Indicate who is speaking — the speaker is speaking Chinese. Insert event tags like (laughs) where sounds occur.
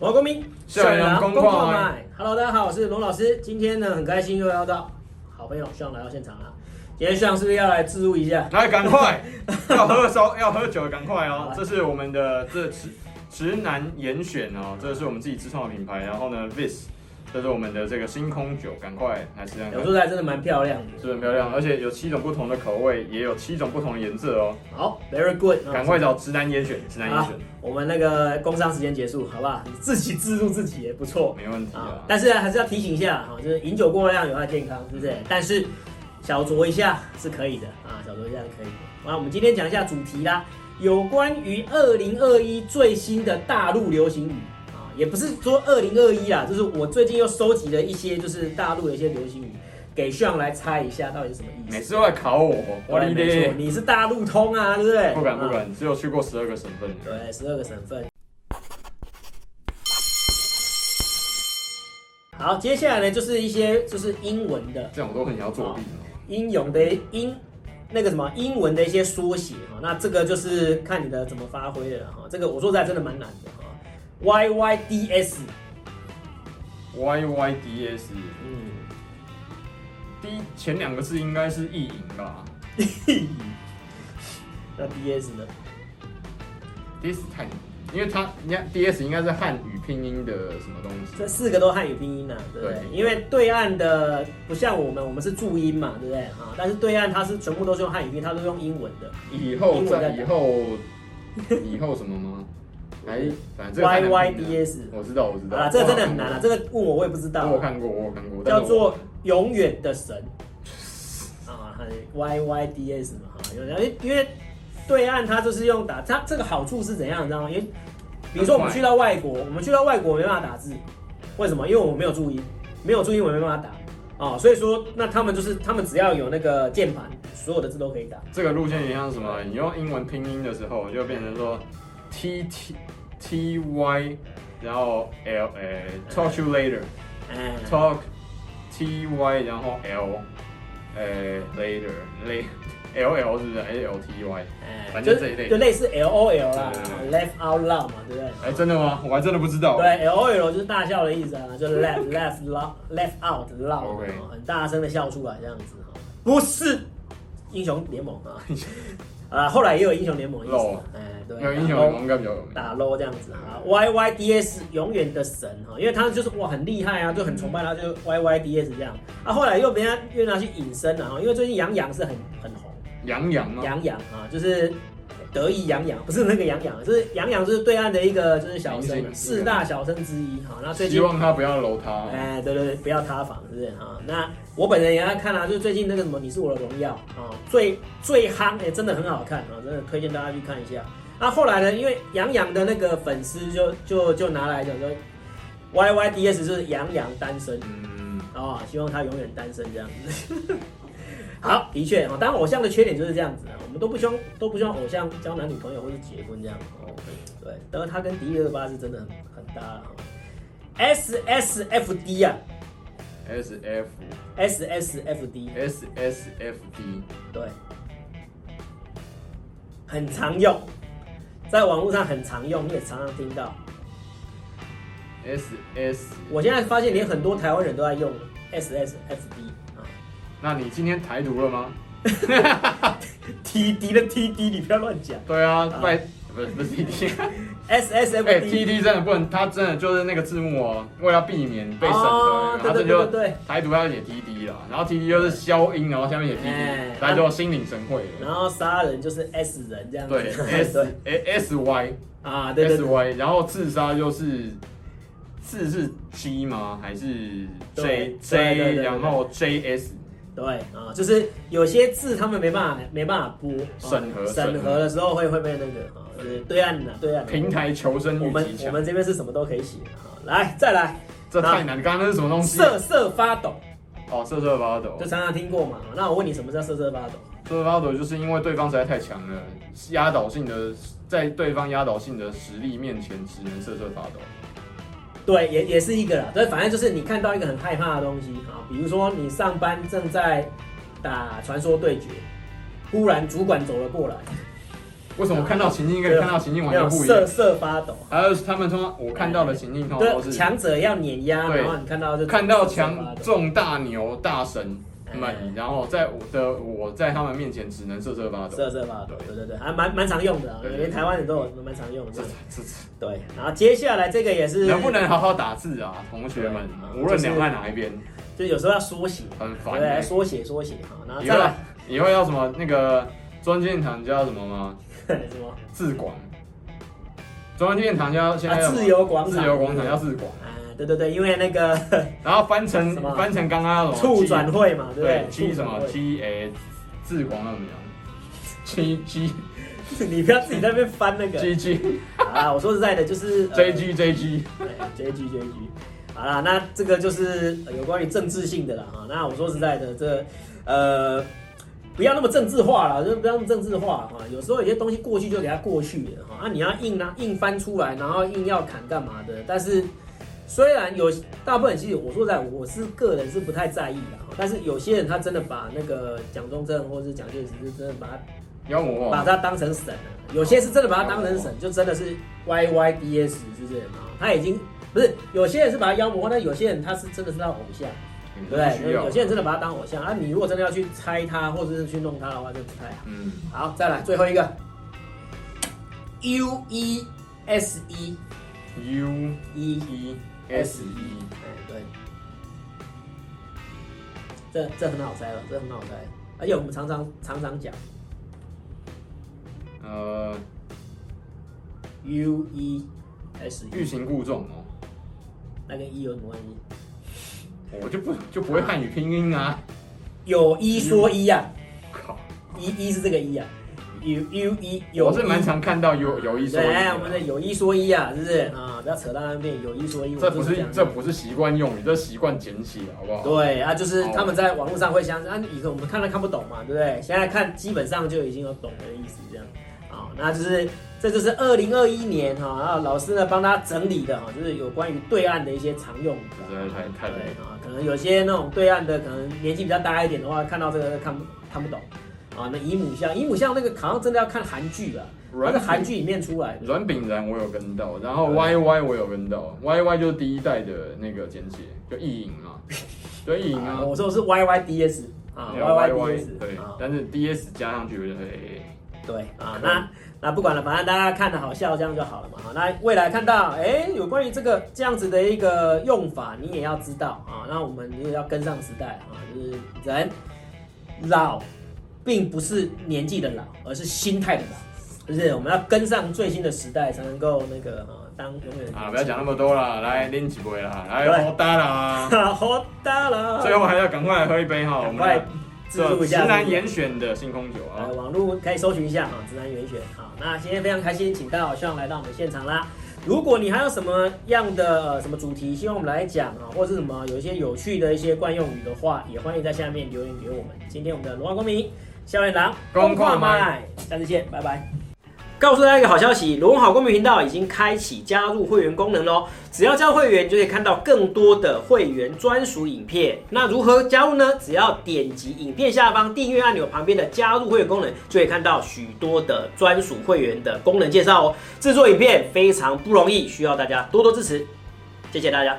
Speaker 1: 王公民，
Speaker 2: 校
Speaker 1: 啊
Speaker 2: 园公矿麦
Speaker 1: Hello，大家好，我是龙老师。今天呢，很开心又要到好朋友向来到现场了。今天向是不是要来自入一下？
Speaker 2: 来，赶快
Speaker 1: (laughs)
Speaker 2: 要喝烧要喝酒，赶快
Speaker 1: 啊
Speaker 2: 哦！这是我们的这直直男严选哦，这是我们自己自创的品牌。然后呢，Vis，这是我们的这个星空酒，赶快来试看看
Speaker 1: 有，时候还真的蛮漂亮的。
Speaker 2: 嗯是不是很漂亮？而且有七种不同的口味，也有七种不同的颜色哦。
Speaker 1: 好，Very good，那
Speaker 2: 赶快找直男严选，直男严
Speaker 1: 好
Speaker 2: 选，，
Speaker 1: 我们那个工商时间结束，好不好？自己自入自己也不错
Speaker 2: 没问题
Speaker 1: 啊
Speaker 2: 啊。。
Speaker 1: 但是呢还是要提醒一下哈，就是饮酒过量有害健康，是不
Speaker 2: Mm
Speaker 1: 是？但是小酌一下是可以的啊，小酌一下是可以的。那我们今天讲一下主题啦，有关于二零二一最新的大陆流行语啊，也不是说二零二一啦，就是我最近又收集了一些就是大陆的一些流行语，给炫来猜一下到底是什么意
Speaker 2: 每
Speaker 1: 思。
Speaker 2: 次都来考我，我
Speaker 1: 对
Speaker 2: 哩
Speaker 1: 没错，
Speaker 2: 嘞！
Speaker 1: 你是大陆通啊，对不对？
Speaker 2: 不敢不
Speaker 1: 啊
Speaker 2: 敢，只有去过十二个省份。
Speaker 1: 对，十二个省份。好，接下来呢就是一些就是英文的
Speaker 2: 这样我都很想要作弊哦。
Speaker 1: 英勇的英那个什么英文的一些缩写哈，那这个就是看你的怎么发挥的了哈。这个我说实在真的蛮难的哈。Y Y D S，
Speaker 2: Y Y D S，
Speaker 1: 嗯， (laughs)
Speaker 2: 第一前两个字应该是意淫吧
Speaker 1: 那 D S 呢？
Speaker 2: ，D S 太，因为它人家 D S 应该是汉语拼音的什么东西
Speaker 1: 这，四个都汉语拼音呐、对不对？
Speaker 2: 对
Speaker 1: 因为对岸的不像我们，我们是注音嘛，对不对？哈，但是对岸它是全部都是用汉语拼音，它都是用英文的。
Speaker 2: 以后
Speaker 1: 英文在
Speaker 2: 在
Speaker 1: 哪
Speaker 2: 以后以后什么吗？还反正这个太
Speaker 1: Y
Speaker 2: 难
Speaker 1: Y
Speaker 2: 拼了
Speaker 1: D S
Speaker 2: 我知道我知道，
Speaker 1: 啊，这个真的很难啊，这个问我我也不知道啊、
Speaker 2: 我有看过我有看过，但
Speaker 1: 叫
Speaker 2: 是我
Speaker 1: 做永远的神啊很，Y Y D S 嘛，哈，有人因为对岸它就是用打，它这个好处是怎样，你知道吗？因为比如说我们去到外国，我们去到外国没办法打字，为什么？因为我们没有注音，没有注音我们没办法打啊、所以说那他们就是他们只要有那个键盘，所有的字都可以打。
Speaker 2: 这个路线也像什么？你用英文拼音的时候，就变成说 T T T Y，然后 L 诶、talk you later
Speaker 1: 哎、
Speaker 2: talk T Y，然后 L 诶、later
Speaker 1: 嗯
Speaker 2: l (laughs) L L 是不是？L L T Y？
Speaker 1: 哎
Speaker 2: 反
Speaker 1: 就
Speaker 2: 正这一
Speaker 1: 是
Speaker 2: 类
Speaker 1: 就类似 L O L 啦
Speaker 2: 对
Speaker 1: ，Laugh Out Loud 嘛，对不对？
Speaker 2: 哎、真的吗？我还真的不知道。
Speaker 1: 对，L O L 就是大笑的意思啊，就 laugh laugh laugh laugh out loud，、
Speaker 2: OK
Speaker 1: 哦很大声的笑出来这样子哈。不是英雄联盟啊，啊，后来也有英雄联盟的意思啊，哎，对，
Speaker 2: 没有英雄联盟应该比较有名。
Speaker 1: 打 low 这样子啊，Y Y D S 永远的神哈，因为他就是哇很厉害啊，就很崇
Speaker 2: 嗯
Speaker 1: 拜他，就 Y Y D S 这样啊。后来又被人家又拿去引申了哈，哦因为最近杨洋是很很红。
Speaker 2: 杨洋吗？
Speaker 1: 杨洋啊，就是得意洋洋，不是那个洋洋，就是洋洋，就是对岸的一个就是小生啊
Speaker 2: 明，星
Speaker 1: 四大小生之一哈。那最
Speaker 2: 希
Speaker 1: 近，
Speaker 2: 望他不要楼他。哦
Speaker 1: 哎，对对对，不要塌房，是不是哈？那我本人也在看啊，就是最近那个什么《你是我的荣耀》啊，最最夯，哎，真的很好看啊，真的推荐大家去看一下。那、后来呢，因为杨洋的那个粉丝就就就拿来讲说，Y Y D S 就是杨洋单身。
Speaker 2: 嗯，
Speaker 1: 哦，希望他永远单身这样子。 (laughs) 好，的确哦，当然偶像的缺点就是这样子啊，我们都不希望都不希望偶像交男女朋友或是结婚这样。哦，对，然后他跟迪丽热巴是真的很很搭了、哦。S S F D 啊
Speaker 2: S F
Speaker 1: ，S S F D，
Speaker 2: S S F D
Speaker 1: 对，很常用，在网络上很常用，你也常常听到。
Speaker 2: S S，
Speaker 1: 我现在发现连很多台湾人都在用 S S F D 啊。
Speaker 2: 那你今天台独
Speaker 1: (laughs)
Speaker 2: 了吗？ (laughs)
Speaker 1: T D 的 T D，你不要乱讲。
Speaker 2: 对啊，拜、不是不是 T T，
Speaker 1: S S F
Speaker 2: 哎
Speaker 1: D，
Speaker 2: T T 真的不能，他真的就是那个字幕哦，为了避免被审
Speaker 1: 哦对
Speaker 2: 核，他
Speaker 1: 对对
Speaker 2: 这就
Speaker 1: 对对
Speaker 2: 台独要写 T E T 啦，然后 T T 就是消音，然后下面写 T
Speaker 1: 哎
Speaker 2: T，大家就心领神会了。
Speaker 1: 然后杀人就是 S 人这样子，
Speaker 2: 对 S
Speaker 1: (laughs) 对
Speaker 2: A S Y
Speaker 1: 啊，对对
Speaker 2: S
Speaker 1: 对
Speaker 2: Y，然后自杀就是字是 G 吗？还是
Speaker 1: 对
Speaker 2: J
Speaker 1: 对对对
Speaker 2: J，
Speaker 1: 对
Speaker 2: 然后 J S
Speaker 1: 对啊，就是有些字他们没办法没办法播啊
Speaker 2: 审核
Speaker 1: 审核的时候会会被那个啊，就是对岸的对岸的
Speaker 2: 平，台求生
Speaker 1: 我
Speaker 2: 欲
Speaker 1: 们
Speaker 2: 极
Speaker 1: 我
Speaker 2: 强，
Speaker 1: 们这边是什么都可以写啊，来再来
Speaker 2: 这太难。刚刚那是什么东西？
Speaker 1: 瑟瑟发抖，
Speaker 2: 哦，瑟瑟发抖
Speaker 1: 就。常常听过嘛。啊那我问你什么叫瑟瑟发抖？
Speaker 2: 瑟瑟发抖就是因为对方实在太强了，压倒性的在对方压倒性的实力面前，只能瑟瑟发抖。
Speaker 1: 对，也也是一个啦。对，反正就是你看到一个很害怕的东西啊，比如说你上班正在打传说对决，忽然主管走了过来，
Speaker 2: 为什么我看到情境跟看到情境完
Speaker 1: 那
Speaker 2: 全
Speaker 1: 种
Speaker 2: 不一
Speaker 1: 瑟
Speaker 2: 样？
Speaker 1: 瑟发抖。
Speaker 2: 还有他们通常我看到的情境通常都
Speaker 1: 对，
Speaker 2: 是
Speaker 1: 哎强者要碾压，
Speaker 2: 对
Speaker 1: 然后你看到就
Speaker 2: 看到
Speaker 1: 瑟瑟发
Speaker 2: 强
Speaker 1: 抖
Speaker 2: 壮大牛大神
Speaker 1: 哎
Speaker 2: 们，然后在我的我在他们面前只能瑟瑟发抖。
Speaker 1: 瑟瑟发抖，对对对，还蛮蛮常用的啊，
Speaker 2: 对对对
Speaker 1: 连台湾人都有蛮常用的
Speaker 2: 这。这这
Speaker 1: 对，然后接下来这个也是，
Speaker 2: 能不能好好打字啊，同学们
Speaker 1: 对啊？
Speaker 2: 无论两岸哪一边，
Speaker 1: 就有时候要缩写，
Speaker 2: 很
Speaker 1: 对不
Speaker 2: 烦
Speaker 1: 对，
Speaker 2: 欸。
Speaker 1: 缩写缩写哈，然后
Speaker 2: 以
Speaker 1: 再
Speaker 2: 后
Speaker 1: 来
Speaker 2: 以后要什么那个中间堂叫什么吗？
Speaker 1: (laughs) 什么
Speaker 2: 自广。中间堂叫现在
Speaker 1: 啊
Speaker 2: 叫什么
Speaker 1: 自由广场，
Speaker 2: 自由广场叫自广，
Speaker 1: 啊，对对对，因为那个
Speaker 2: 然后翻成
Speaker 1: 什么
Speaker 2: 翻成刚刚那种
Speaker 1: (laughs) 促转会嘛，对不
Speaker 2: 哦对
Speaker 1: 对？
Speaker 2: G
Speaker 1: 促
Speaker 2: 什
Speaker 1: 转
Speaker 2: 么
Speaker 1: 会
Speaker 2: G 诶自广要怎么样？G G
Speaker 1: (laughs) 你不要自己在那边翻那个
Speaker 2: G G
Speaker 1: 啊！我说实在的，就是
Speaker 2: J G J G，
Speaker 1: 呃对 JG JG。好啦，那这个就是呃有关于政治性的啦啊。那我说实在的，这呃不要那么政治化啦，就不要那么政治化啊。有时候有些东西过去就给它过去了哈，啊你要硬啊硬翻出来，然后硬要砍干嘛的？但是虽然有大部分人其实我说实在，我是个人是不太在意的，但是有些人他真的把那个蒋中正或者是蒋介石是真的把他
Speaker 2: 你要我
Speaker 1: 把
Speaker 2: 吗
Speaker 1: 它当成神了。有些是真的把它当成神，就真的是 Y Y D S 是这样啊。他已经不是有些人是把它妖魔化，但有些人他是真的是他偶像，
Speaker 2: 你
Speaker 1: 对
Speaker 2: 不
Speaker 1: 不
Speaker 2: 需
Speaker 1: 对？
Speaker 2: 要
Speaker 1: 有些人真的把它当偶像啊。你如果真的要去猜他，或者是去弄他的话，就不太好。
Speaker 2: 嗯
Speaker 1: 好，再来最后一个 U E S E
Speaker 2: U
Speaker 1: E，
Speaker 2: E S E
Speaker 1: 哎对，这这很好猜了，这很好猜，而且我们常常常常讲
Speaker 2: 呃
Speaker 1: U E S
Speaker 2: 欲
Speaker 1: E，
Speaker 2: 擒故纵哦，
Speaker 1: 那跟 E 有什么关系？
Speaker 2: 我就不就不会汉语拼音啊，
Speaker 1: 有一说一呀、
Speaker 2: 靠，
Speaker 1: 啊，一一是这个一呀、啊，有有一有
Speaker 2: 我
Speaker 1: 一，
Speaker 2: 是蛮常看到有有一说一
Speaker 1: 对，我们的
Speaker 2: 的，
Speaker 1: 有一说一啊，是不是啊？不要扯到那边，有一说一，
Speaker 2: 这
Speaker 1: 我
Speaker 2: 不
Speaker 1: 们就是样
Speaker 2: 这不是习惯用语，这是习惯简写好不好？
Speaker 1: 对啊，就是他们在网络上会相啊，以前我们看都看不懂嘛，对不对？现在看基本上就已经有懂的意思这样。好，那就是这就是二零二一年哈，然后老师呢帮大家整理的哈，就是有关于对岸的一些常用语啊。
Speaker 2: 实在太太
Speaker 1: 对啊，可能有些那种对岸的，可能年纪比较大一点的话，看到这个看不看不懂啊。那姨母像，姨母像那个好像真的要看韩剧啊，那
Speaker 2: 软
Speaker 1: 个韩剧里面出来的。
Speaker 2: 软饼然我有跟到，然后
Speaker 1: 对
Speaker 2: Y Y 我有跟到，Y Y 就是第一代的那个简写，就意淫嘛，
Speaker 1: (laughs)
Speaker 2: 就意淫
Speaker 1: 啊
Speaker 2: 啊，
Speaker 1: 我说的是 Y Y D S 啊
Speaker 2: 还有
Speaker 1: ，Y Y D
Speaker 2: YY
Speaker 1: S
Speaker 2: 对
Speaker 1: 啊，，
Speaker 2: 但是 D S 加上去我就哎，
Speaker 1: 对啊，
Speaker 2: 可以
Speaker 1: 那那不管了，反正大家看的好笑，这样就好了嘛。好，那未来看到哎、有关于这个这样子的一个用法，你也要知道啊。那我们也要跟上时代啊，就是人老，并不是年纪的老，而是心态的老，就是我们要跟上最新的时代，才能够那个啊，当永远的
Speaker 2: 啊，不要讲那么多啦，来拎几杯啦，
Speaker 1: 对
Speaker 2: 来喝大
Speaker 1: (laughs)
Speaker 2: 啦，
Speaker 1: 讲， (laughs) 好大了，
Speaker 2: 最后还要赶快喝一杯哈，我
Speaker 1: 赶
Speaker 2: 们
Speaker 1: 快
Speaker 2: 的
Speaker 1: 自助
Speaker 2: 这
Speaker 1: 一
Speaker 2: 直
Speaker 1: 下，
Speaker 2: 男严选的星空酒啊
Speaker 1: 呃，，网络可以搜寻一下啊，直男原选好，那今天非常开心，请到希望来到我们现场啦。如果你还有什么样的呃什么主题，希望我们来讲啊，或是什么有一些有趣的一些惯用语的话，也欢迎在下面留言给我们。今天我们的龙华公民校园党
Speaker 2: 公跨麦
Speaker 1: 麦，下次见，拜拜。告诉大家一个好消息，罗文好公民频道已经开启加入会员功能喽！只要加入会员，就可以看到更多的会员专属影片。那如何加入呢？只要点击影片下方订阅按钮旁边的加入会员功能，就可以看到许多的专属会员的功能介绍哦。制作影片非常不容易，需要大家多多支持，谢谢大家。